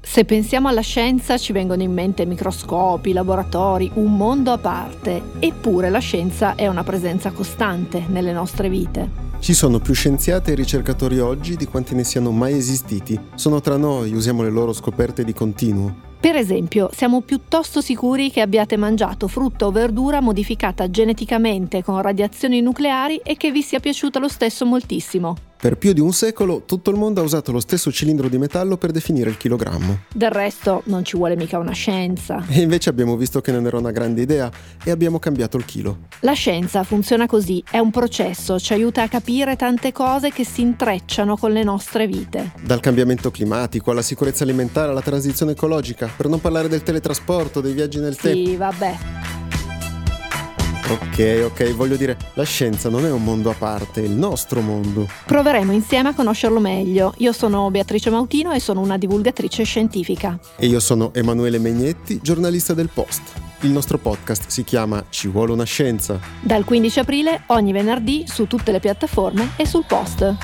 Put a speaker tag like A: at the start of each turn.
A: Se pensiamo alla scienza ci vengono in mente microscopi, laboratori, un mondo a parte, eppure la scienza è una presenza costante nelle nostre vite.
B: Ci sono più scienziati e ricercatori oggi di quanti ne siano mai esistiti. Sono tra noi, usiamo le loro scoperte di continuo.
A: Per esempio, siamo piuttosto sicuri che abbiate mangiato frutta o verdura modificata geneticamente con radiazioni nucleari e che vi sia piaciuta lo stesso moltissimo.
B: Per più di un secolo tutto il mondo ha usato lo stesso cilindro di metallo per definire il chilogrammo.
A: Del resto non ci vuole mica una scienza.
B: E invece abbiamo visto che non era una grande idea e abbiamo cambiato il chilo.
A: La scienza funziona così, è un processo, ci aiuta a capire tante cose che si intrecciano con le nostre vite.
B: Dal cambiamento climatico alla sicurezza alimentare alla transizione ecologica, per non parlare del teletrasporto, dei viaggi nel tempo.
A: Sì, vabbè.
B: Ok, ok, voglio dire, la scienza non è un mondo a parte, è il nostro mondo.
A: Proveremo insieme a conoscerlo meglio. Io sono Beatrice Mautino e sono una divulgatrice scientifica.
B: E io sono Emanuele Megnetti, giornalista del Post. Il nostro podcast si chiama Ci vuole una scienza.
A: Dal 15 aprile, ogni venerdì, su tutte le piattaforme e sul post.